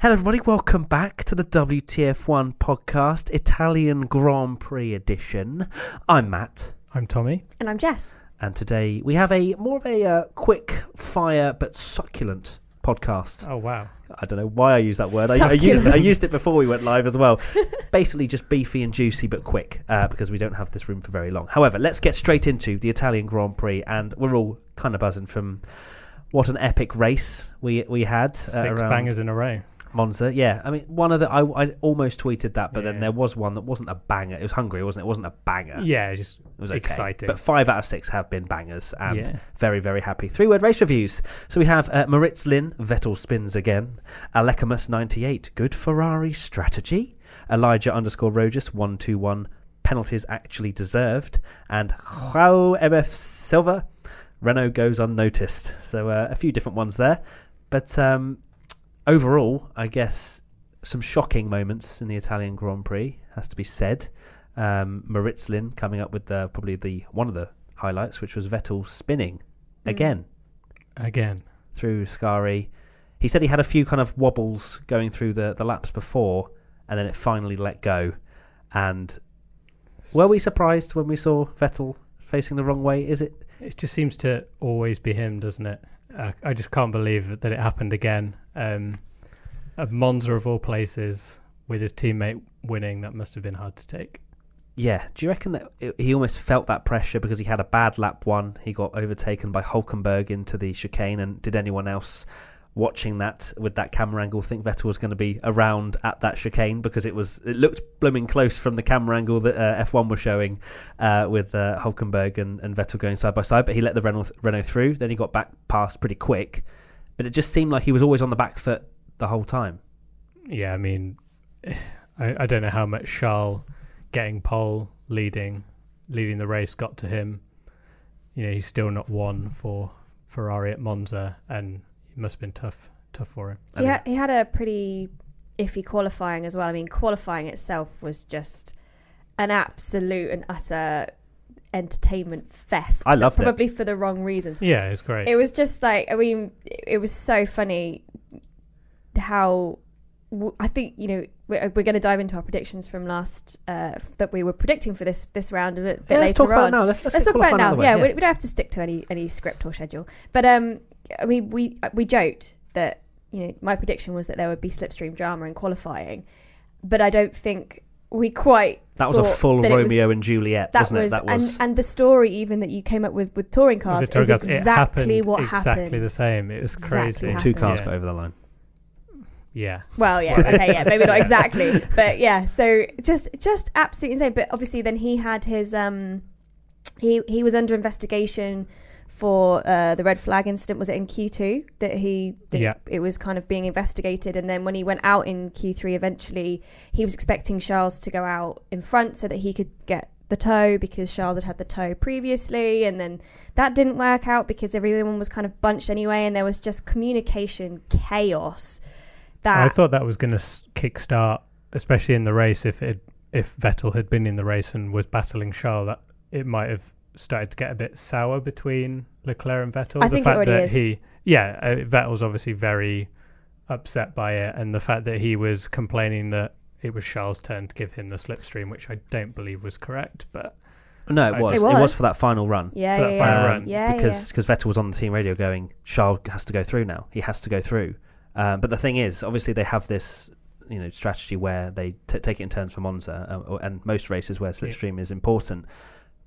Hello, everybody. Welcome back to the WTF1 podcast, Italian Grand Prix edition. I'm Matt, I'm Tommy. And I'm Jess. and today we have a more of a uh, quick fire but succulent podcast. Oh wow. I don't know why I use that word. I, I used I Succulent. used it before we went live as well. Basically, just beefy and juicy but quick uh, because we don't have this room for very long. However, let's get straight into the Italian Grand Prix, and we're all kind of buzzing from what an epic race we we had. uh, Six around- bangers in a row. Monza, yeah. I mean, one of the I, I almost tweeted that, but then Yeah. there was one that wasn't a banger. It was Hungary, wasn't it? It wasn't a banger. Yeah, it's just It was okay. exciting. But five out of six have been bangers, and Yeah. very, very happy. Three word race reviews. So we have uh, Moritz Lin, Vettel spins again. Alecamus 98, good Ferrari strategy. Elijah underscore Rogus 121, penalties actually deserved. And Joao MF Silva, Renault goes unnoticed. So uh, a few different ones there. But um, overall, I guess some shocking moments in the Italian Grand Prix has to be said. Um, Maritzlin coming up with the, probably the one of the highlights, which was Vettel spinning again Again. through Scari. He said he had a few kind of wobbles going through the, the laps before, and then it finally let go. And were we surprised when we saw Vettel facing the wrong way? Is it It just seems to always be him, doesn't it? Uh, I just can't believe that it happened again. Um, at Monza of all places, with his teammate winning, that must have been hard to take. Yeah, do you reckon that it- he almost felt that pressure because he had a bad lap one? He got overtaken by Hulkenberg into the chicane, and did anyone else watching that with that camera angle think Vettel was going to be around at that chicane because it was it looked blooming close from the camera angle that uh, F1 was showing uh, with uh, Hulkenberg and, and Vettel going side by side, but he let the Renault Renault through. Then he got back past pretty quick, but it just seemed like he was always on the back foot the whole time. Yeah, I mean, I, I don't know how much Charles getting pole, leading, leading the race got to him. You know, he's still not won for Ferrari at Monza, and it must have been tough, tough for him. I he, mean- ha- he had a pretty iffy qualifying as well. I mean, qualifying itself was just an absolute and utter entertainment fest. I loved it. Probably for the wrong reasons. Yeah, it's great. It was just like, I mean, it was so funny how w- I think, you know, we're, we're going to dive into our predictions from last, uh, that we were predicting for this this round a little bit Yeah, later let's talk on. about it now. Let's, let's, Let's get talk about it qualifying out now. of the way. yeah, We, we don't have to stick to any any script or schedule. But um, I mean, we uh, we joked that you know my prediction was that there would be slipstream drama in qualifying, but I don't think we quite. That was a thought full that it was- Romeo and Juliet, That wasn't was, it? That was. and and the story even that you came up with with touring With cars the is Torgas, it exactly happened what Exactly happened. the same. It was Exactly crazy. happened. Two cars Yeah. got over the line. Yeah. Well, yeah, okay, yeah, maybe not exactly, but yeah. So just just absolutely insane. But obviously, then he had his um, he he was under investigation for uh, the red flag incident. Was it in Q two that he that Yeah. it was kind of being investigated? And then when he went out in Q three, eventually he was expecting Charles to go out in front so that he could get the toe because Charles had had the toe previously and then that didn't work out because everyone was kind of bunched anyway and there was just communication chaos that I thought that was going to kickstart, especially in the race. If it if Vettel had been in the race and was battling Charles, that it might have started to get a bit sour between Leclerc and Vettel. I the think it fact already that is. he, yeah, uh, Vettel's obviously very upset by it, and the fact that he was complaining that it was Charles' turn to give him the slipstream, which I don't believe was correct, but Oh, No, it It was. It was, was. for that final run. Yeah, for that yeah, final yeah. run. Yeah, because because Vettel was on the team radio going, Charles has to go through now. He has to go through. Um, but the thing is, obviously, they have this you know strategy where they t- take it in turns for Monza um, or- and most races where slipstream is important.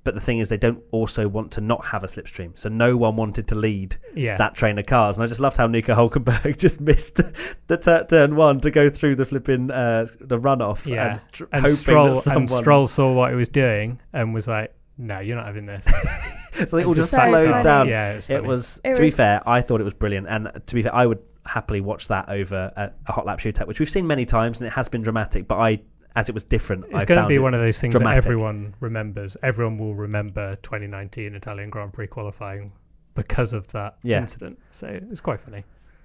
But the thing is, they don't also want to not have a slipstream. So no one wanted to lead yeah, that train of cars. And I just loved how Nico Hulkenberg just missed the tur turn one to go through the flipping uh, the runoff. Yeah. and, tr- and hoping Stroll that someone- and Stroll saw what he was doing and was like, "No, you're not having this." So they all It's just so slowed funny. down. Yeah, was It funny. was, It to be was- fair, I thought it was brilliant, and uh, to be fair, I would happily watch that over a, a hot lap shootout, which we've seen many times, and it has been dramatic. But I, as it was different, It's I going to found be it- one of those things dramatic. that everyone remembers. Everyone will remember 2019 Italian Grand Prix qualifying because of that Yeah. incident. So it's quite funny.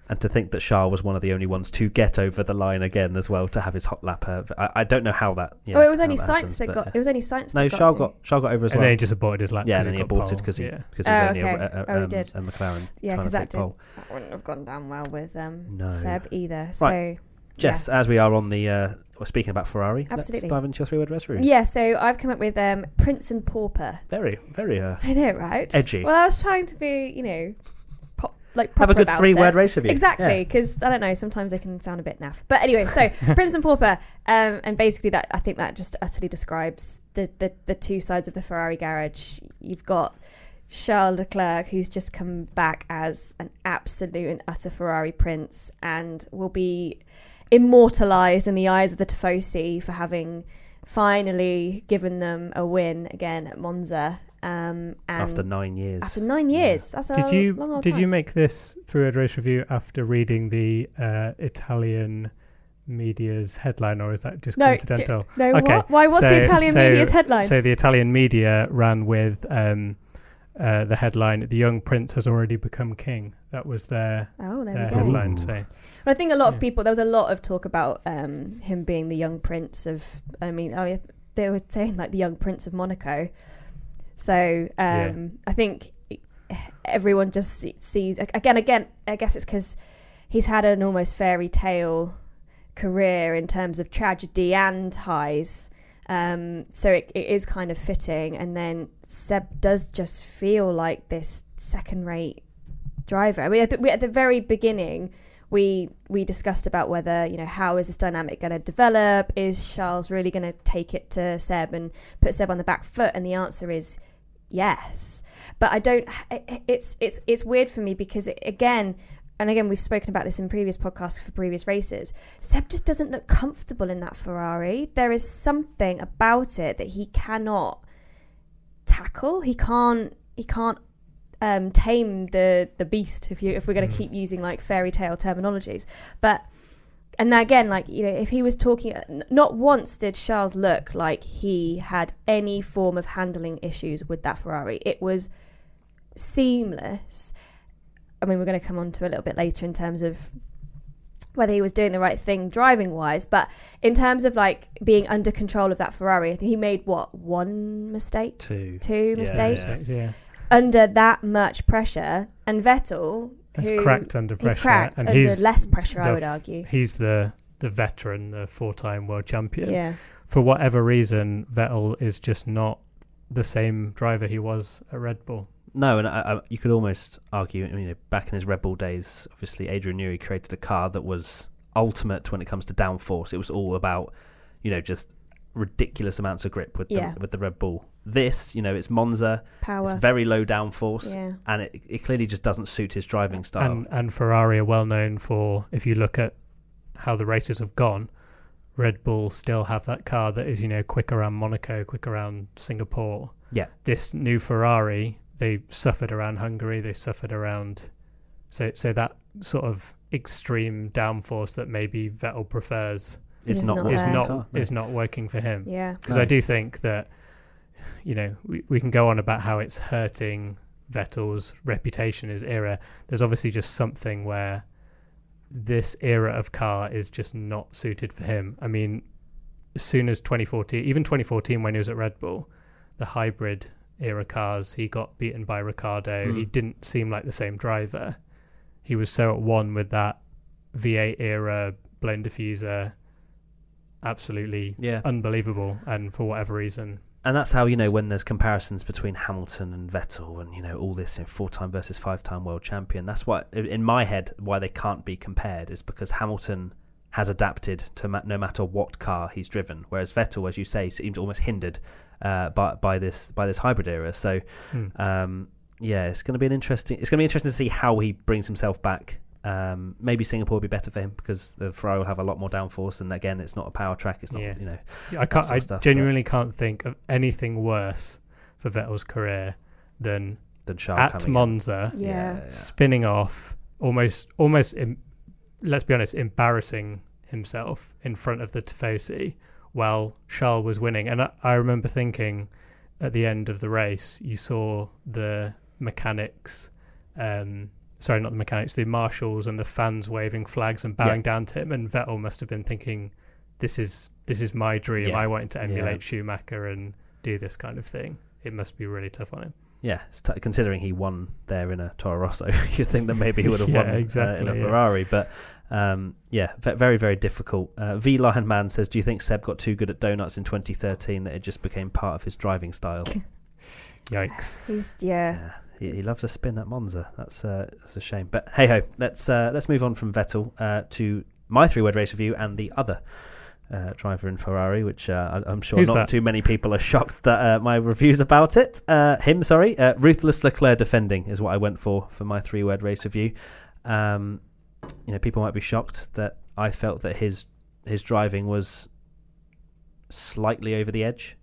And to think that Charles was one of the only ones to get over the line again as well to have his hot lap. Uh, I, I don't know how that. Yeah, oh, it was how only that happens, science that but, got. uh, It was only science. no, that got Charles to. got Charles got over as and well. then he just aborted his lap. yeah, and 'cause then he got aborted pole. because he Yeah. because Oh, he was only okay. a, a, Oh, he um, did. a McLaren Yeah, trying to take 'cause that did. pole. That wouldn't have gone down well with um, No. Seb either. So Right. Jess, as we are on the uh, we're speaking about Ferrari, Absolutely. let's dive into your three-word restroom. Yeah, so I've come up with um, Prince and Pauper. Very, very. Uh, I know, right? Edgy. Well, I was trying to be, you know, pop, like have proper a good about three-word it. race review. Exactly, because I don't know. Sometimes they can sound a bit naff. But anyway, so Prince and Pauper, um, and basically that I think that just utterly describes the, the the two sides of the Ferrari garage. You've got Charles Leclerc, who's just come back as an absolute and utter Ferrari prince, and will be immortalized in the eyes of the tifosi for having finally given them a win again at Monza. Um, and Yeah, after nine years. after nine years, that's a Did you long old did time. you make this through a race review after reading the uh, Italian media's headline, or is that just No, j- coincidental? No, Okay, what? why was so- the Italian so- media's headline? So the Italian media ran with um, uh, the headline: "The young prince has already become king." That was their, oh, there their we go. Ooh. headline. So But I think a lot of Yeah. people. There was a lot of talk about um, him being the young prince of. I mean, I, they were saying like the young prince of Monaco. So um, Yeah. I think everyone just se- sees again. Again, I guess it's because he's had an almost fairy tale career in terms of tragedy and highs. Um, so it, it is kind of fitting. And then Seb does just feel like this second rate driver. I mean, at the, we, at the very beginning, we we discussed about whether you know how is this dynamic going to develop? Is Charles really going to take it to Seb and put Seb on the back foot? And the answer is yes. But I don't. it- It's it's it's weird for me because it, again. And again, we've spoken about this in previous podcasts for previous races. Seb just doesn't look comfortable in that Ferrari. There is something about it that he cannot tackle. He can't. He can't um, tame the the beast. If you if we're going to Mm. keep using like fairy tale terminologies, but and now again, like you know, if he was talking, uh, n- not once did Charles look like he had any form of handling issues with that Ferrari. It was seamless. I mean, we're going to come on to a little bit later in terms of whether he was doing the right thing driving wise, but in terms of like being under control of that Ferrari, he made what one mistake, Two. two Yeah, mistakes yeah. yeah, under that much pressure, and Vettel, it's who cracked under he's pressure, cracked and under he's less pressure, I the would f- argue. he's the the veteran, the four-time world champion. yeah. For whatever reason, Vettel is just not the same driver he was at Red Bull. No, and I, I, you could almost argue, you know, back in his Red Bull days, obviously Adrian Newey created a car that was ultimate when it comes to downforce. It was all about, you know, just ridiculous amounts of grip with Yeah. the, with the Red Bull. This, you know, it's Monza. power. It's very low downforce, yeah. and it, it clearly just doesn't suit his driving style. And and Ferrari are well known for if you look at how the races have gone, Red Bull still have that car that is you know quick around Monaco, quick around Singapore. Yeah. This new Ferrari, they suffered around Hungary, they suffered around, so so that sort of extreme downforce that maybe Vettel prefers it's It's not, not what is his there. not car- is not working for him. Yeah. because No. I do think that you know we, we can go on about how it's hurting Vettel's reputation his era. There's obviously just something where this era of car is just not suited for him. I mean, as soon as 2014, even 2014 when he was at Red Bull, the hybrid era cars, he got beaten by Ricardo. Mm. He didn't seem like the same driver. He was so at one with that V8 era blown diffuser, absolutely yeah. unbelievable and for whatever reason And that's how you know when there's comparisons between Hamilton and Vettel, and you know all this you know, four-time versus five-time world champion. That's why, i- in my head, why they can't be compared is because Hamilton has adapted to ma- no matter what car he's driven, whereas Vettel, as you say, seems almost hindered uh, by by this by this hybrid era. So, Hmm. um, yeah, it's going to be an interesting. It's going to be interesting to see how he brings himself back. Um, maybe Singapore will be better for him because the Ferrari will have a lot more downforce, and again, it's not a power track. It's not Yeah. you know i can't sort i of stuff, but- genuinely can't think of anything worse for vettel's career than than Charles at coming in. monza Yeah. spinning off almost almost em let's be honest embarrassing himself in front of the tifosi while charles was winning and I, I remember thinking at the end of the race you saw the mechanics um sorry not the mechanics the marshals and the fans waving flags and bowing Yeah. down to him and vettel must have been thinking this is this is my dream Yeah. i wanted to Yeah. emulate schumacher and do this kind of thing it must be really tough on him Yeah, s- t- considering he won there in a Toro Rosso, you'd think that maybe he would have Yeah, won uh, in exactly, a yeah. Ferrari. But Um, yeah, ve- very, very difficult. Uh, v Lion Man says, Do you think Seb got too good at donuts in 2013 that it just became part of his driving style? Yikes. He's yeah. Yeah, he, he loves a spin at Monza. That's uh, that's a shame. But hey ho, let's uh, let's move on from Vettel uh, to my three-word race review and the other uh, driver in Ferrari, which uh, I, I'm sure Who's not that? too many people are shocked that uh, my reviews about it. Uh, him, sorry, uh, ruthless Leclerc defending is what I went for for my three-word race review. Um, you know, people might be shocked that I felt that his his driving was slightly over the edge.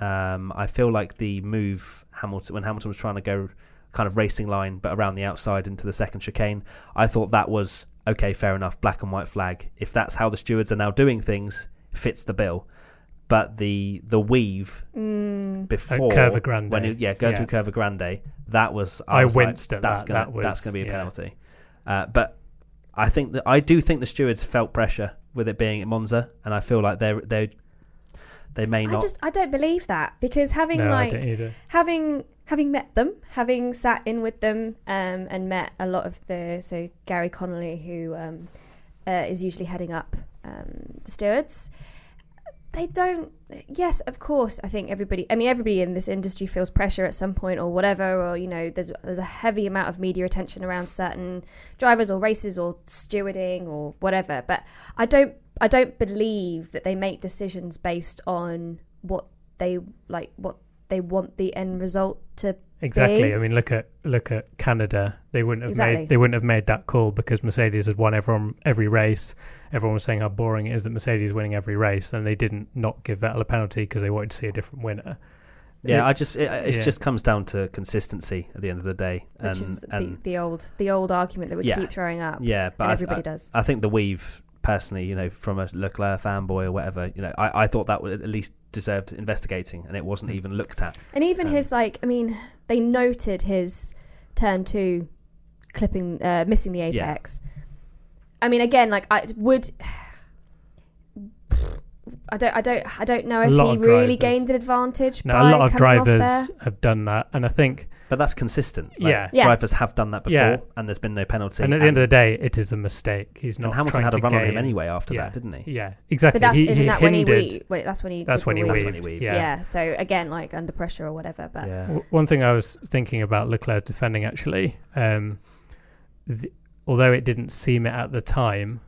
Um, I feel like the move Hamilton when Hamilton was trying to go kind of racing line but around the outside into the second chicane, I thought that was okay, fair enough, black and white flag. If that's how the stewards are now doing things, fits the bill. But the the weave Mm. before Curva Grande. when it, yeah, going Yeah. through Curva Grande, that was I was winced at that's that. Gonna, That was- that's going to be a yeah. penalty. Uh, but I think that I do think the stewards felt pressure with it being at Monza, and I feel like they they they may I not. just I don't believe that because having No, I like don't either. having having met them, having sat in with them, um, and met a lot of the so Gary Connolly, who um, uh, is usually heading up um, the stewards. They don't. Yes, of course. I think everybody. I mean, everybody in this industry feels pressure at some point, or whatever. Or you know, there's there's a heavy amount of media attention around certain drivers or races or stewarding or whatever. But I don't. I don't believe that they make decisions based on what they like, what they want the end result to Exactly. be. I mean, look at look at Canada. They wouldn't have Exactly. made they wouldn't have made that call because Mercedes had won everyone every race. Everyone was saying how boring it is that Mercedes is winning every race, and they didn't not give Vettel a penalty because they wanted to see a different winner. yeah, I It's- just it, it yeah. just comes down to consistency at the end of the day, which and is the, and the old the old argument that we Yeah. keep throwing up. yeah, but and I- everybody I, does. I think the weave personally, you know, from a Leclerc fanboy or whatever, you know, I, I thought that would at least deserved investigating, and it wasn't Hmm. even looked at. And even Um, his like, I mean, they noted his turn two clipping, uh, missing the Yeah. apex. I mean, again, like I would. I don't, I don't, I don't know A if lot he of drivers- really gained an advantage. Now by a lot of coming off there. drivers have done that, and I think But that's consistent. Yeah. Yeah. drivers have done that before, Yeah. and there's been no penalty. and at the end of the day, it is a mistake. He's and not. Hamilton trying had a to run on him gain- anyway after Yeah. that, didn't he? Yeah, exactly. But that's he, isn't he that when he hindered. weaved? Wait, that's when he. that's did when the he That's weave. when he weaved. weaved. Yeah. Yeah. So again, like under pressure or whatever, but Yeah. W- One thing I was thinking about Leclerc defending actually, um, th although it didn't seem it at the time,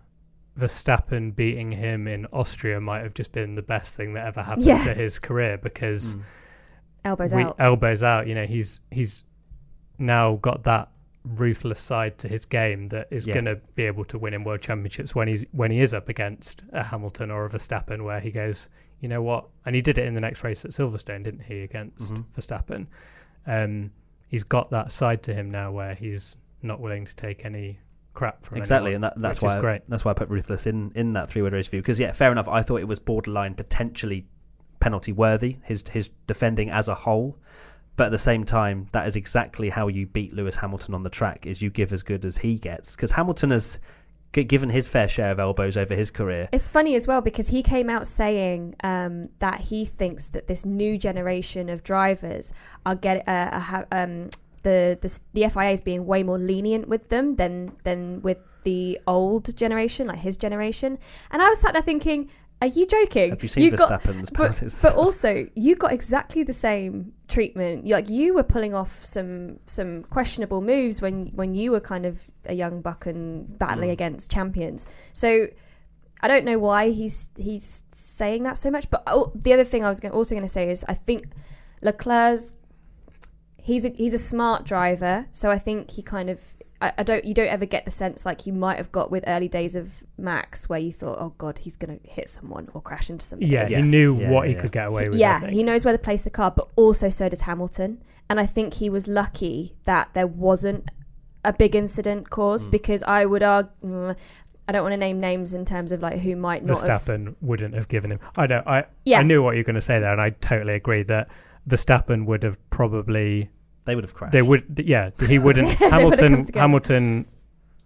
Verstappen beating him in Austria might have just been the best thing that ever happened Yeah. to his career because Mm. elbows we- out. elbows out. You know, he's he's now got that ruthless side to his game that is Yeah. going to be able to win in world championships when he's when he is up against a Hamilton or a Verstappen, where he goes, you know what? And he did it in the next race at Silverstone, didn't he, against Mhm. Verstappen? Um, he's got that side to him now where he's not willing to take any crap from Exactly, anyone, and that, that's which why is great. that's why I put ruthless in in that three word race view because yeah, fair enough. I thought it was borderline potentially penalty worthy his his defending as a whole, but at the same time, that is exactly how you beat Lewis Hamilton on the track is you give as good as he gets because Hamilton has g- given his fair share of elbows over his career. It's funny as well because he came out saying um, that he thinks that this new generation of drivers are get uh, are ha- um, the, the s- the FIA is being way more lenient with them than than with the old generation, like his generation. And I was sat there thinking, "Are you joking? Have you seen You've got- Verstappen's but, penalties? but also you got exactly the same treatment You- like you were pulling off some some questionable moves when when you were kind of a young buck and battling Mm. against champions so I don't know why he's he's saying that so much but oh, the other thing I was gonna, also going to say is I think Leclerc's he's a, he's a smart driver so I think he kind of I, I don't you don't ever get the sense like you might have got with early days of Max where you thought oh god he's going to hit someone or crash into somebody Yeah, Yeah. he knew Yeah, what yeah, he yeah. could get away with. I yeah, think. he knows where to place the car, but also so does Hamilton. And I think he was lucky that there wasn't a big incident caused Hmm. Mm. because I would argue. I don't want to name names in terms of like who might not have. Verstappen wouldn't have given him. I know. I Yeah, I knew what you were going to say there, and I totally agree that Verstappen would have probably they would have crashed. they would yeah he wouldn't They would've come Hamilton together. Hamilton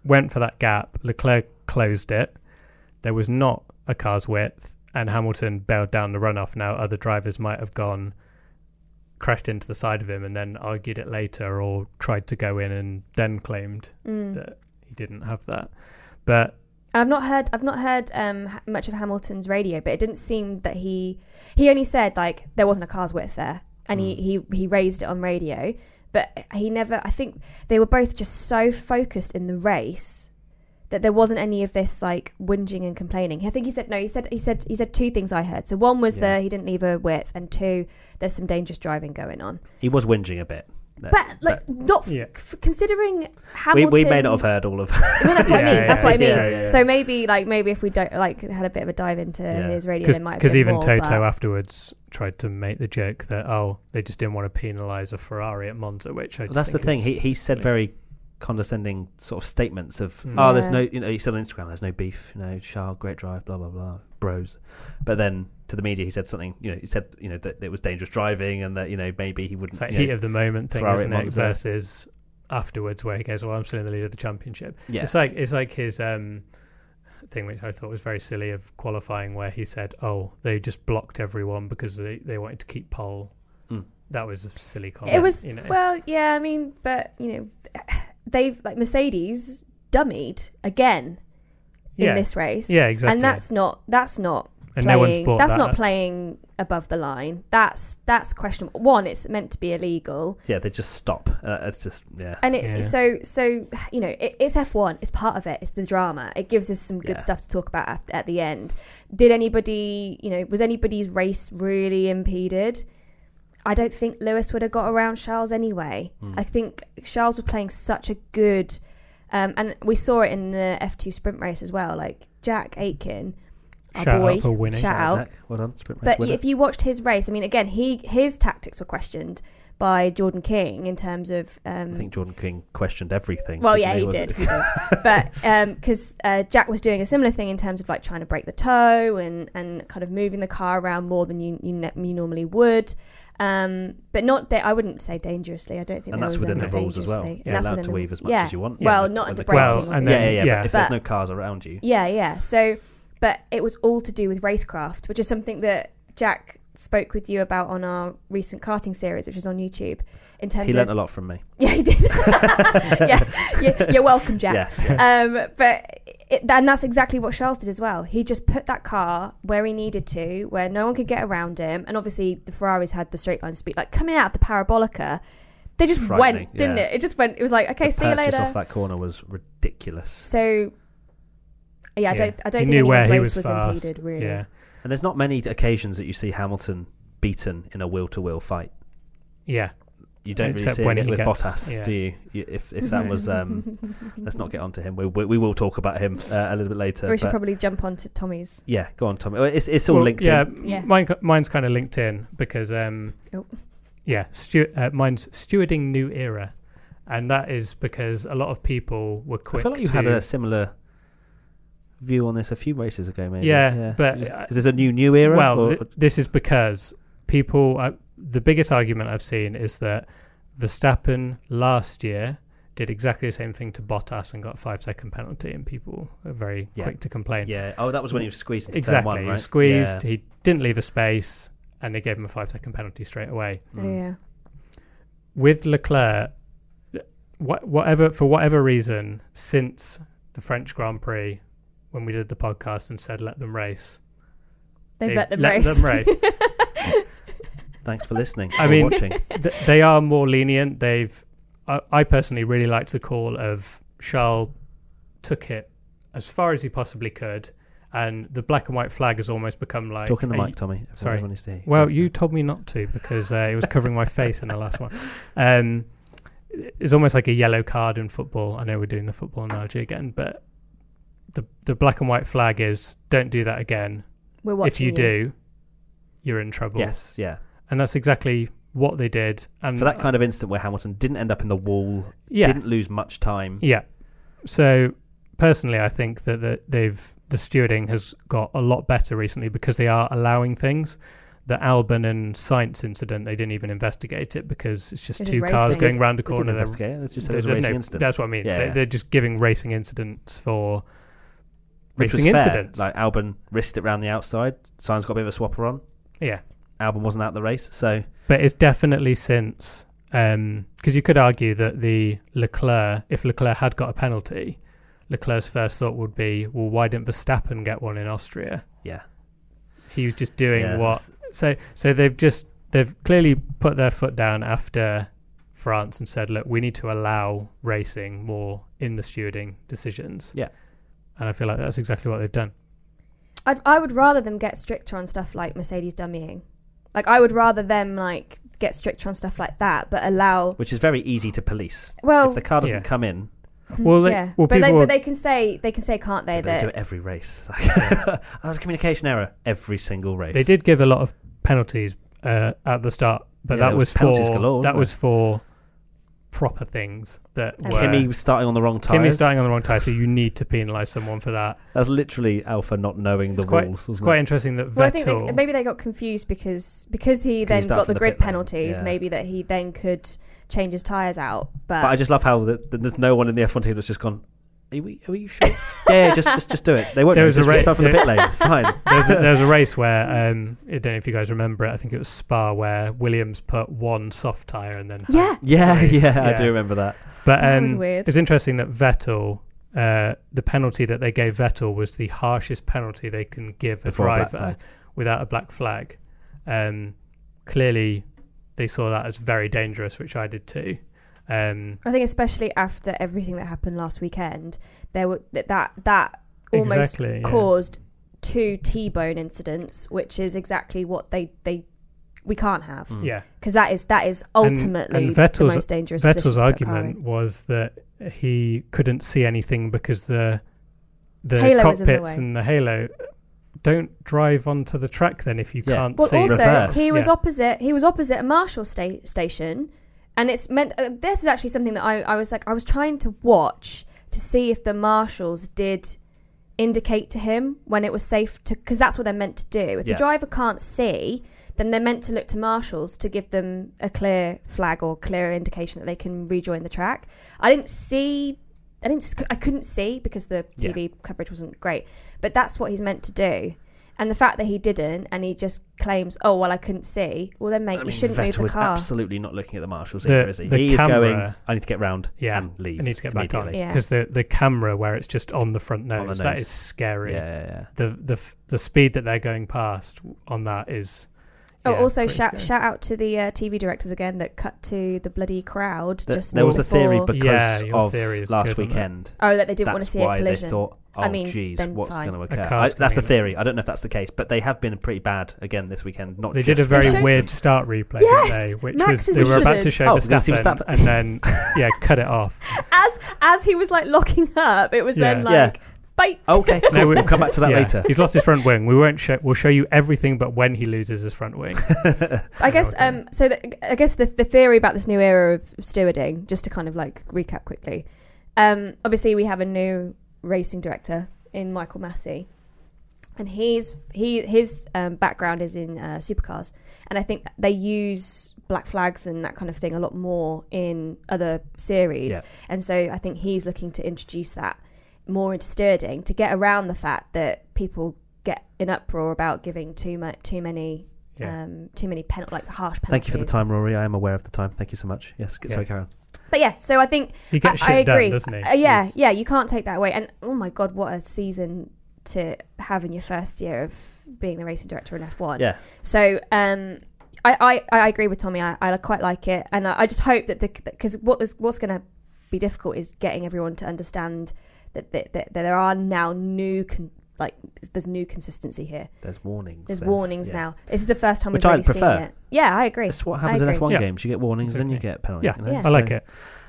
went for that gap. Leclerc closed it. There was not a car's width, and Hamilton bailed down the runoff. Now other drivers might have gone crashed into the side of him and then argued it later or tried to go in and then claimed Mm. that he didn't have that. But And I've not heard I've not heard um, ha- much of Hamilton's radio, but it didn't seem that he he only said like there wasn't a car's width there, and he, he he raised it on radio, but he never. I think they were both just so focused in the race that there wasn't any of this like whinging and complaining. I think he said no. He said he said he said two things I heard. So one was Yeah. the he didn't leave a width, and two there's some dangerous driving going on. He was whinging a bit. That- But like not f- Yeah. f- considering we, Hamilton. we may not have heard all of. Well, that's what I Yeah, mean. yeah, that's what I mean. yeah, yeah. So maybe, like, maybe if we don't like had a bit of a dive into Yeah. his radio, there might have because been even more, Toto but- afterwards tried to make the joke that oh they just didn't want to penalise a Ferrari at Monza, which I Well, just that's the think thing. is- He he said yeah. very condescending sort of statements of, Mm. oh, there's Yeah. no, you know, he said on Instagram, there's no beef, you know, Charles, great drive, blah blah blah, bros. But then to the media, he said something, you know, he said, you know, that it was dangerous driving and that you know maybe he wouldn't. it's that you know- heat of the moment thing, Ferrari at isn't it? Monza. Versus afterwards where he goes, well, I'm still in the lead of the championship. yeah, uh, It's like it's like his um thing which I thought was very silly of qualifying where he said, "Oh, they just blocked everyone because they, they wanted to keep pole." Mm. That was a silly comment. it was you know. well, yeah. I mean, but you know, they've like Mercedes dummied again yeah. in this race, yeah, exactly. and that's not that's not And no one's playing. bought that's that not up. playing above the line. That's that's questionable. One, it's meant to be illegal. yeah, they just stop. Uh, it's just yeah, And it, Yeah. so, so you know, it, it's F one. It's part of it. It's the drama. It gives us some good Yeah. stuff to talk about at, at the end. Did anybody, you know, was anybody's race really impeded? I don't think Lewis would have got around Charles anyway. I think Charles was playing such a good, um, and we saw it in the F two sprint race as well. Like Jack Aitken, our Shout out boy, for winning. shout out. Jack, well done, sprint race But winner. if you watched his race, I mean, again, he his tactics were questioned by Jordan King in terms of um, I think Jordan King questioned everything. well, didn't yeah, he wasn't did. He did. But because uh, Jack was doing a similar thing in terms of like trying to break the toe and, and kind of moving the car around more than you you, ne- you normally would. Um, but not, da- I wouldn't say dangerously. I don't think And there that's was within any the rules as well. dangerously. You're And that's allowed within to the- weave as much yeah. as you want. Well, Yeah, not when under the cars- braking. Well, and yeah, obviously. then- yeah, yeah. yeah. But if there's But- no cars around you, Yeah, yeah. So, but it was all to do with racecraft, which is something that Jack spoke with you about on our recent karting series, which is on YouTube. In terms he of learnt a lot from me. yeah, he did. yeah, yeah, you're welcome, Jack. Yeah, um, but it, and that's exactly what Charles did as well. He just put that car where he needed to, where no one could get around him. And obviously, the Ferraris had the straight line speed, like coming out of the parabolica. They just Frightening, went, didn't yeah. it? It just went. It was like, okay, the see you purchase later. off that corner was ridiculous. So, yeah, I Yeah. don't, I don't He think knew where anyone's he was race was, fast. impeded really. Yeah. And there's not many occasions that you see Hamilton beaten in a will to will fight. Yeah. You don't Except really see when it he with gets- Bottas, yeah. do you? You- If if that was, um, let's not get onto him. We, we we will talk about him uh, a little bit later. we should but- probably jump on to Tommy's. yeah, go on, Tommy. Well, It's it's all Well, linked yeah, in. Yeah. Mine, mine's kind of linked in because, um, Oh. yeah, stew- uh, mine's stewarding new era, and that is because a lot of people were I quick. feel like you to, had a similar view on this a few races ago, maybe. Yeah, but- is, is this a new new era? Well, or- th- this is because people. Uh, the biggest argument I've seen is that Verstappen last year did exactly the same thing to Bottas and got a five second penalty, and people are very Yeah. quick to complain. yeah. Oh, that was when he was squeezed into turn exactly. one, he right? was squeezed. He didn't leave a space, and they gave him a five second penalty straight away. Yeah. Mm. Yeah, with Leclerc, wha- whatever for whatever reason, since the French Grand Prix, when we did the podcast and said let them race, they've they've let them race. them race. Thanks for listening. I or mean- watching. Th- they are more lenient. They've, I, I personally really liked the call of Charles took it as far as he possibly could, and the black and white flag has almost become like Talking the a- mic, Tommy. if sorry. everyone is to hear. Well, Sorry. you told me not to because uh, it was covering my face in the last one. Um, it's almost like a yellow card in football. I know we're doing the football analogy again, but the the black and white flag is don't do that again. We're watching if you, do, you're in trouble. Yes, yeah. and that's exactly what they did. And For that kind of instant where Hamilton didn't end up in the wall, Mm. yeah, didn't lose much time. Yeah. So personally, I think that the, they've the stewarding has got a lot better recently because they are allowing things. The Alban and Science incident, they didn't even investigate it because it's just They're two just cars racing. going round a They didn't corner. They're- investigate it, It's just said it was a there's no- racing incident. That's what I mean. Yeah, they, yeah. They're just giving racing incidents for Which was racing fair. incidents. Like Albon wristed it round the outside. Signs got a bit of a swapper on. yeah, Albon wasn't out the race, so but it's definitely since um, because you could argue that the Leclerc, if Leclerc had got a penalty, Leclerc's first thought would be, well, why didn't Verstappen get one in Austria? Yeah. He was just doing Yeah, what that's- so so they've just they've clearly put their foot down after France and said, look, we need to allow racing more in the stewarding decisions. Yeah. And I feel like that's exactly what they've done. I'd, I would rather them get stricter on stuff like Mercedes dummying. Like I would rather them like get stricter on stuff like that, but allow which is very easy to police. well, hmm, if the car doesn't Yeah. come in, Well, they, yeah. well but they people but are- they can say they can say can't they they do that it every race. that was a communication error every single race. They did give a lot of penalties uh, at the start, but Yeah, that there was was, penalties for galore, that wasn't was for proper things that Okay. were Kimmy was starting on the wrong Kimmy tires. starting on the wrong tire, so you need to penalise someone for that. That's literally Alpha not knowing the It's quite- rules. It's wasn't quite it? interesting that Vettel. well, I think they, maybe they got confused because because he then started got from the the grid pit lane, penalties. yeah. Maybe that he then could change his tires out. But, But I just love how the, the, there's no one in the F1 team that's just gone. Are we? Are you sure? yeah, yeah, just just just do it. They won't. There know, was a just ra- start from the there- pit lane. It's fine. there's, a, there's a race where um, I don't know if you guys remember it. I think it was Spa where Williams put one soft tire and then had- yeah, Yeah, yeah, I Yeah. do remember that. But That was um, weird. it's interesting that Vettel. Uh, the penalty that they gave Vettel was the harshest penalty they can give a Before a driver black flag. without a black flag. Um, clearly, they saw that as very dangerous, which I did too. Um, I think especially after everything that happened last weekend, there were that that, that almost Exactly, yeah. caused two T-bone incidents, which is exactly what they they we can't have Yeah, because that is that is Mm. And- ultimately and the Vettel's- most dangerous. position Vettel's to put a car in. argument was that he couldn't see anything because the the Halo was in the cockpits way. and the halo don't drive onto the track then if you Yeah. can't Well, see. also reverse. he was Yeah. opposite. He was opposite a Marshall sta- station, and it's meant. Uh, this is actually something that I, I was like, I was trying to watch to see if the marshals did indicate to him when it was safe to, because that's what they're meant to do. If Yeah. the driver can't see, then they're meant to look to marshals to give them a clear flag or clear indication that they can rejoin the track. I didn't see. I didn't. s- I couldn't see because the Yeah. TV coverage wasn't great. But that's what he's meant to do. And the fact that he didn't, and he just claims, "Oh well, I couldn't see." Well, then, mate, I you mean, shouldn't Vettel move the is car. absolutely not looking at the marshals The- either, is he? the He is going. camera- I need to get round. Yeah, and leave. I need to get back on immediately." Yeah. because the the camera where it's just on the front nose, On the that nose. is scary. Yeah, yeah, yeah. The the f- the speed that they're going past on that is. oh, yeah, also pretty shout scary. shout out to the uh, TV directors again that cut to the bloody crowd. Th- just there was a theory before- because Yeah, your of theory is last good on that. weekend. oh, that they didn't want to That's see a why they collision. thought, oh, I mean, geez, then what's fine. going to A occur? I, car's that's the coming in. theory. I don't know if that's the case, but they have been pretty bad again this weekend. Not They did a just- very They showed- weird start replay, Yes! didn't they? Which Max was is they were about to interested. show Oh, the did you see Verstappen Verstappen? and then yeah, cut it off. as as he was like locking up, it was then Yeah. Yeah. like bite. Okay, cool. No, we'll come back to that yeah, later. He's lost his front wing. We won't show. We'll show you everything, but when he loses his front wing. I guess Okay. um so the, I guess the, the theory about this new era of stewarding just to kind of like recap quickly um obviously we have a new racing director in Michael Massey and he's he his um, background is in uh, supercars and I think they use black flags and that kind of thing a lot more in other series Yeah. and so I think he's looking to introduce that more into stewarding to get around the fact that people get in uproar about giving too much too many Yeah. um, too many pen- like harsh penalties. Thank you for the time, Rory. I am aware of the time. Thank you so much. Yes, Yeah. sorry, Karen. But yeah, so I think He gets I, I shit agree. done, doesn't he? Uh, yeah, He's- yeah, you can't take that away. And oh my god, what a season to have in your first year of being the racing director in F one. Yeah. So um, I, I I agree with Tommy. I, I quite like it, and I, I just hope that the because what is what's going to be difficult is getting everyone to understand that that, that, that there are now new con- like there's new consistency here. There's warnings. There's warnings yeah. now. This is the first time Which we've I'd really seen prefer. it. Yeah, I agree. That's what happens in agree. F1 Yeah. games. You get warnings, then you Exactly. get penalties. Yeah, you know? Yeah. I like So- it.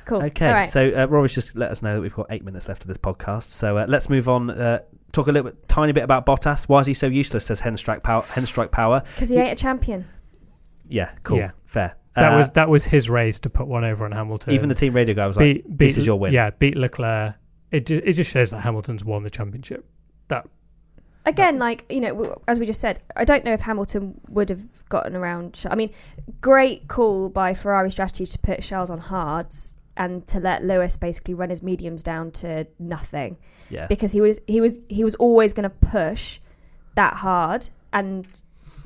Cool. Okay, All right. so uh, Rory's just let us know that we've got eight minutes left of this podcast. So uh, let's move on. Uh, talk a little bit, tiny bit about Bottas. Why is he so useless? Says Henstrike Power. Henstrike Power. Because he ain't a champion. Yeah, cool, Yeah. fair. That Uh, was that was his race to put one over on Hamilton. even the team radio guy was like, beat, beat, "This is your win." Yeah, beat Leclerc. It ju- it just shows that Hamilton's won the championship. That Again, like, you know, w- as we just said, I don't know if Hamilton would have gotten around. Ch- I mean, great call by Ferrari strategy to put Charles on hards and to let Lewis basically run his mediums down to nothing yeah. because he was he was he was always going to push that hard and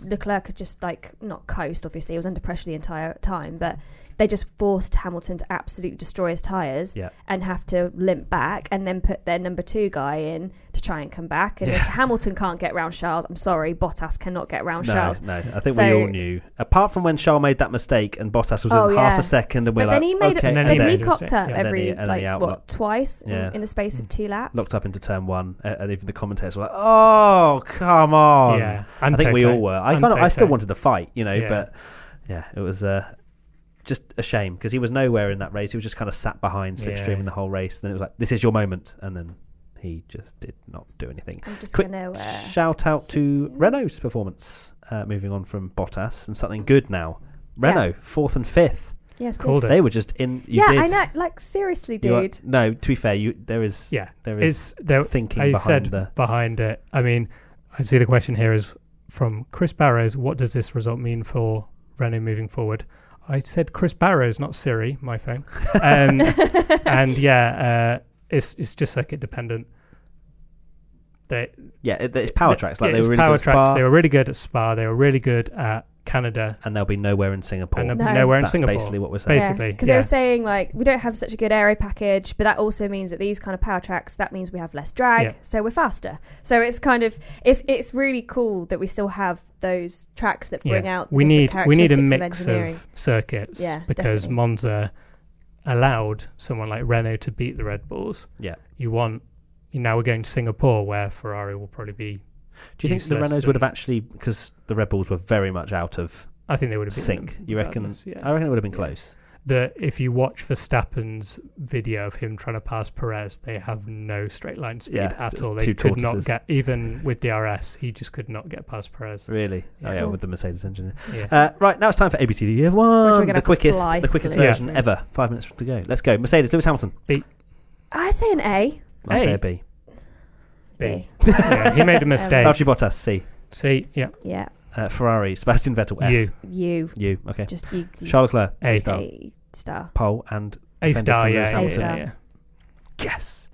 Leclerc could just like not coast. Obviously, he was under pressure the entire time, but they just forced Hamilton to absolutely destroy his tires Yeah. and have to limp back, and then put their number two guy in to try and come back. And if Yeah. Hamilton can't get round Charles, I'm sorry, Bottas cannot get round No, Charles. no. I think we So- all knew. Apart from when Charles made that mistake and Bottas was Oh, in half yeah. a second, and we're But like, then he made okay, And it, then then he he made a cocked mistake. up Yeah, then every he- and then he like out- what twice in- Yeah. Mm. in, the space of two laps. locked up into turn one, uh, and even the commentators were like, "Oh, come on!" yeah, I and think we Toto. all were. I And kind of, I still Toto. wanted the fight, you know, eh? Yeah. but yeah, it was uh, just a shame because he was nowhere in that race. He was just kind of sat behind slipstream Yeah. in the whole race. Then it was like, "This is your moment," and then he just did not do anything. I'm just Quick gonna. Uh, Shout out to something. Renault's performance. Uh, moving on from Bottas and something good now. Yeah. Renault fourth and fifth. yes, good. Called it. They were just in. You yeah, did. I know. Like seriously, You are- dude. no, to be fair, you there is Yeah, there is it's there. thinking I behind said the behind it. I mean, I see the question here is from Chris Barrows. What does this result mean for Renault moving forward? I said Chris Barrows, not Siri, my phone. Um, and yeah, uh, it's it's just circuit dependent. They yeah. It, it's power tracks. Like yeah, they it's were really power good at tracks. Spa, They were really good at Spa. They were really good at Canada, and they'll be nowhere in Singapore. and they're No. nowhere in That's Singapore. basically what we're saying. basically, because they yeah. were saying like we don't have such a good aero package, but that also means that these kind of power tracks that means we have less drag, Yeah. so we're faster. So it's kind of it's it's really cool that we still have those tracks that bring out. we different need we need a characteristics mix engineering. of circuits Yeah, because definitely. Monza allowed someone like Renault to beat the Red Bulls. Yeah. you want now we're going to Singapore where Ferrari will probably be. Do you think the useless Renaults would and- have actually because the Red Bulls were very much out of I think they would have beaten sync? them You reckon? Oh. regardless, Yeah. I reckon it would have been Yeah. close. that if you watch Verstappen's video of him trying to pass Perez, they have no straight line speed Yeah, at just all. two They could not tortoises. get even with DRS. He just could not get past Perez. Really? Oh yeah, Cool. with the Mercedes engine. Yeah. Uh, right now it's time for ABCD Year Which we're One, gonna the have to quickest, fly the quickest through. Yeah. version ever. Five minutes to go. Let's go. Mercedes Lewis Hamilton. I say an A. I say A. a B. B. Yeah, he made a mistake. Valtteri Bottas C. See, yeah, Yeah, Uh, Ferrari. Sebastian Vettel F. you you U. Okay. just you. you Charles Leclerc A. star. A star. Pole and A Defender star, from yeah, Lewis yeah, Hamilton. yeah, yes.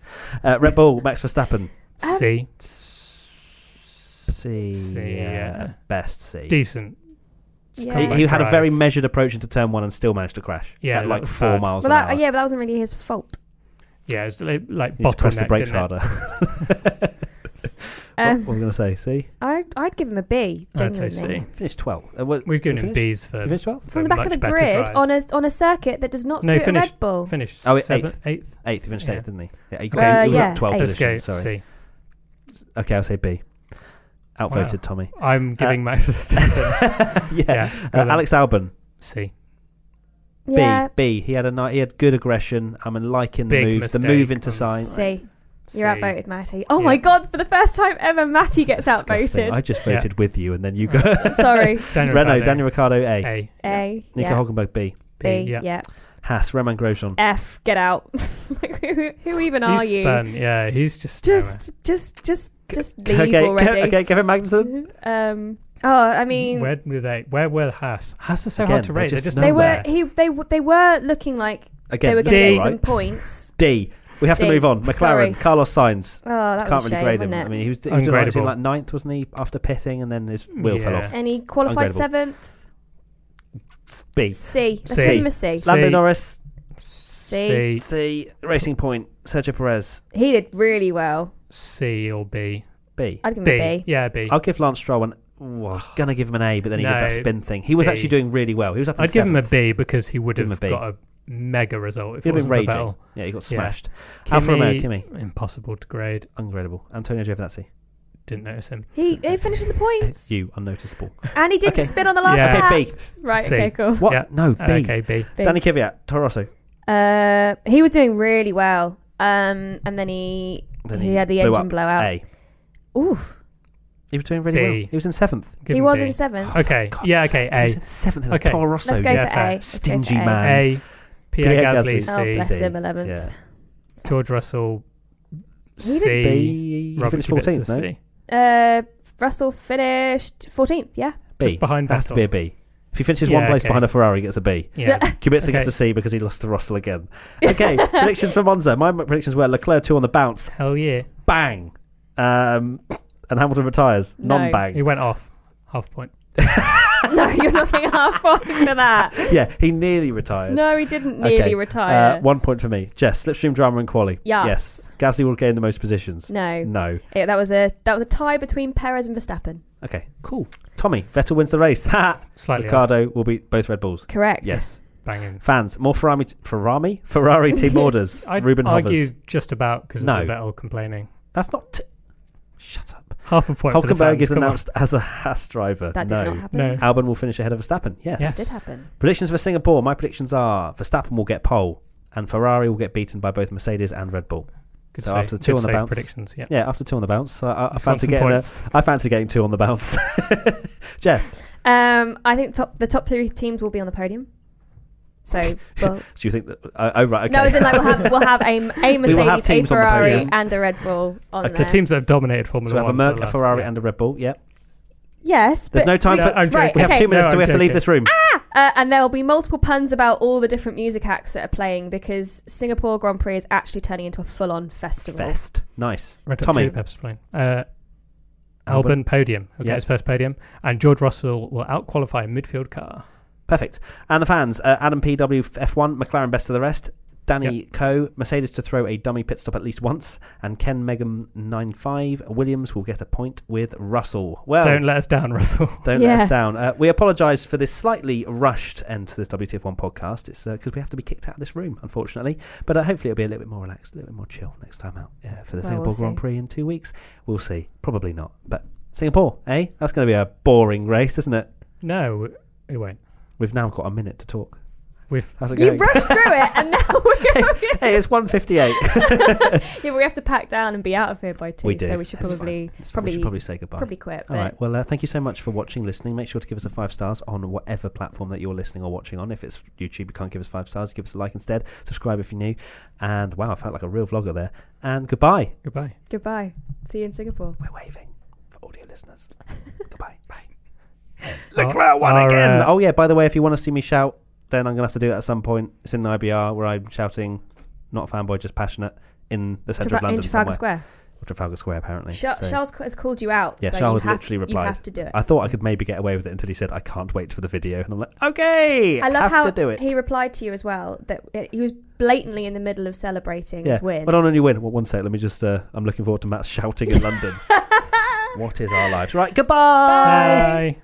Uh, Red Bull Max Verstappen. yeah. Um, C, C. C, yeah, yeah. Best C. decent. Yeah. He, he had a Drive. very measured approach into turn one and still managed to crash. Yeah, at that like was four bad. miles Well, an that, hour. yeah, but that wasn't really his fault. Yeah, it's like, like He just pressed the bottleneck, brakes didn't it? harder. Um, what, what were we going to say? See, I, Um, I'd give him a B. I'd Genuinely. say C. finished twelfth. Uh, what- We've given you him finished? B's for You finished twelfth, From the for back of the much better grid drives. on a on a circuit that does not No, suit a finished. Red Bull. finished Oh, oh, wait, seventh, eighth. eighth. He finished Yeah. eighth, didn't he? Yeah, he got, Okay, he was yeah, up twelfth eighth. Let's go. position. Sorry. C. Okay, I'll say B. Outvoted Tommy. I'm giving Max Verstappen yeah. Yeah, Uh, go then. Alex Albon. C. Yeah, B. B. He had a night. He had good aggression. I'm liking the Big move. The mistake move into on sign. C. You're C. outvoted, Matty. Oh Yeah. my god, for the first time ever, Matty gets Disgusting. I outvoted. just Yeah. voted with you, and then you go. Sorry. Daniel Renault. Ricciardo, Daniel Ricciardo. A. A. A. Nico yeah. Hulkenberg. B. B. yeah. Yeah. Haas. Roman Grosjean. F. Get out. like, who, who even are he's you? spun. Yeah, he's just Just, just, just, just leave okay, already. Ke- okay, Kevin Magnussen. Um. Oh, I mean, where were they? Where were Haas? Haas are so Again, hard to they're rate. They're just just they were. nowhere. He. They. w- They were looking like Again, they were going to D. get some right. points. D. We have to D. move on. McLaren, Sorry. Carlos Sainz. Oh, that Can't was a really shame, grade him. wasn't it? I mean, he was, he was doing Ungradable. in like ninth, wasn't he, after pitting, and then his wheel fell Yeah. off. and he qualified Ungradable. seventh. B. C. Let's C. give him a C. C. Lando Norris. C, C. C. Racing Point. Sergio Perez. He did really well. C or B. B. I'd give him B. a B. Yeah, B. I'll give Lance Stroll an. ooh, I was gonna give him an A, but then he did that No, spin thing. He was B. actually doing really well. He was up. In I'd give him a seventh. B because he would Give him have a B. got a mega result if He'd it been wasn't for raging. Vettel. Yeah, he got Yeah. smashed. Alfa Romeo, Kimi, Impossible to grade. ungradable. Antonio Giovinazzi, Didn't notice him. He, he finished in the points. you unnoticeable. And he didn't Okay. spin on the last Yeah. lap. Okay, B. Right, C. okay, cool. What? Yeah. Oh, No, B. Okay, B. B. Danny Kvyat, Torosso. Uh, he was doing really well. Um, and then he Then he, had the blew engine up. blowout. A. Ooh, He was doing really B. well. He was in seventh. Give he him was B. in Oh, seventh. Okay. God, Yeah. Okay. He was A. in seventh in Okay. the Toro Rosso. Let's go yeah, for fair. A. Let's go for Stingy A. man. A. Pierre, Pierre Gasly. Gasly. C. Oh, bless C. him, eleventh. Yeah. George Russell. He did C. B. He Robert finished Kubica, 14th, no? C. Uh, Russell finished fourteenth. Yeah. B. Just behind Has to Vettel. be a B. If he finishes Yeah, one place okay. behind a Ferrari, he gets a B. Yeah. Kubica Okay. gets a C because he lost to Russell again. Okay, predictions for Monza. My m- predictions were Leclerc 2 on the bounce, Hell yeah. bang! Um, and Hamilton retires, No. non bang. He went off. Half point. no, you're not getting half point for that. yeah, he nearly retired. No, he didn't Okay, nearly retire. Uh, one point for me. Jess, Slipstream Drama and Quali. Yes. Yes. Gasly will gain the most positions. no, No. It- that was a that was a tie between Perez and Verstappen. Okay, cool. Tommy, Vettel wins the race. Ha! Slightly off. Ricardo will beat both Red Bulls. Correct. Yes. banging. Fans, more Ferrari, Ferrari, Ferrari team orders. I'd Ruben argue hovers. just about because No. of the Vettel complaining. That's not. T- Shut up. Half a point. for the Hulkenberg fans, is come on. announced as a Haas driver. That did no. not happen. No. Albon will finish ahead of Verstappen. Yes. It Yes. did happen. Predictions for Singapore. My predictions are Verstappen will get pole, and Ferrari will get beaten by both Mercedes and Red Bull. Good So save- after two good on the save bounce. predictions. Yeah. Yeah, after two on the bounce, so I, I Just want fancy some getting. A, points. I fancy getting two on the bounce. Jess, Um, I think top the top three teams will be on the podium. So, well, do you think that? Oh, oh, right. Okay. no, as in like we'll have we'll have a, a We will have Mercedes, a teams on the Ferrari, podium. and a Red Bull on Like there. the teams that have dominated Formula so we have a One. for Merc, the a last- Ferrari, yeah. and a Red Bull. Yep. Yes, There's but no time we- No, for. I'm right, joking. We have okay. two minutes No, till we I'm have to leave joking. this room. Uh, and there'll be multiple puns about all the different music acts that are playing because Singapore Grand Prix is actually turning into a full-on festival. Fest. Nice. Red Hot Tommy. Chili Peppers playing. Uh, Albon podium. Okay, Yeah. his first podium, and George Russell will outqualify a midfield car. Perfect. And the fans, uh, Adam PW F1, McLaren best of the rest, Danny Coe, Mercedes to throw a dummy pit stop at least once, and Ken Megum 95 Williams will get a point with Russell. Well, Don't let us down, Russell. don't Yeah. let us down. Uh, we apologise for this slightly rushed end to this WTF1 podcast. It's because we have to be kicked out of this room, unfortunately. But uh, hopefully it'll be a little bit more relaxed, a little bit more chill next time out yeah, for the Well, Singapore we'll Grand see. Prix in two weeks. We'll see. Probably not. But Singapore, eh? That's going to be a boring race, isn't it? no, it won't. We've now got a minute to talk. We've How's it You going? rushed through it, and now we're, hey, it's 158. yeah, we have to pack down and be out of here by two. We do. So we should That's probably It's- we probably should probably say goodbye. probably quit. All But right. Well, uh, thank you so much for watching, listening. Make sure to give us a five stars on whatever platform that you're listening or watching on. If it's YouTube, you can't give us five stars. Give us a like instead. Subscribe if you're new. And wow, I felt like a real vlogger there. And goodbye. goodbye. goodbye. See you in Singapore. We're waving for audio listeners. goodbye. Bye. Our- Leclerc won our, again. uh, oh yeah. By the way, if you want to see me shout, then I'm gonna have to do that at some point. It's in the IBR where I'm shouting, not a fanboy, just passionate, in the centre of Trafal- in London Trafalgar somewhere. Square. Or Trafalgar Square, apparently. Sha- So- Charles has called you out. Yeah, so Charles you have, literally You replied. have to do it. I thought I could maybe get away with it until he said, "I can't wait for the video," and I'm like, "Okay, I love have how to do it." he replied to you as well that it- he was blatantly in the middle of celebrating his win. But on a new win. Well, one sec. Let me just. Uh, I'm looking forward to Matt shouting in London. what is our lives? Right. Goodbye. Bye. Bye.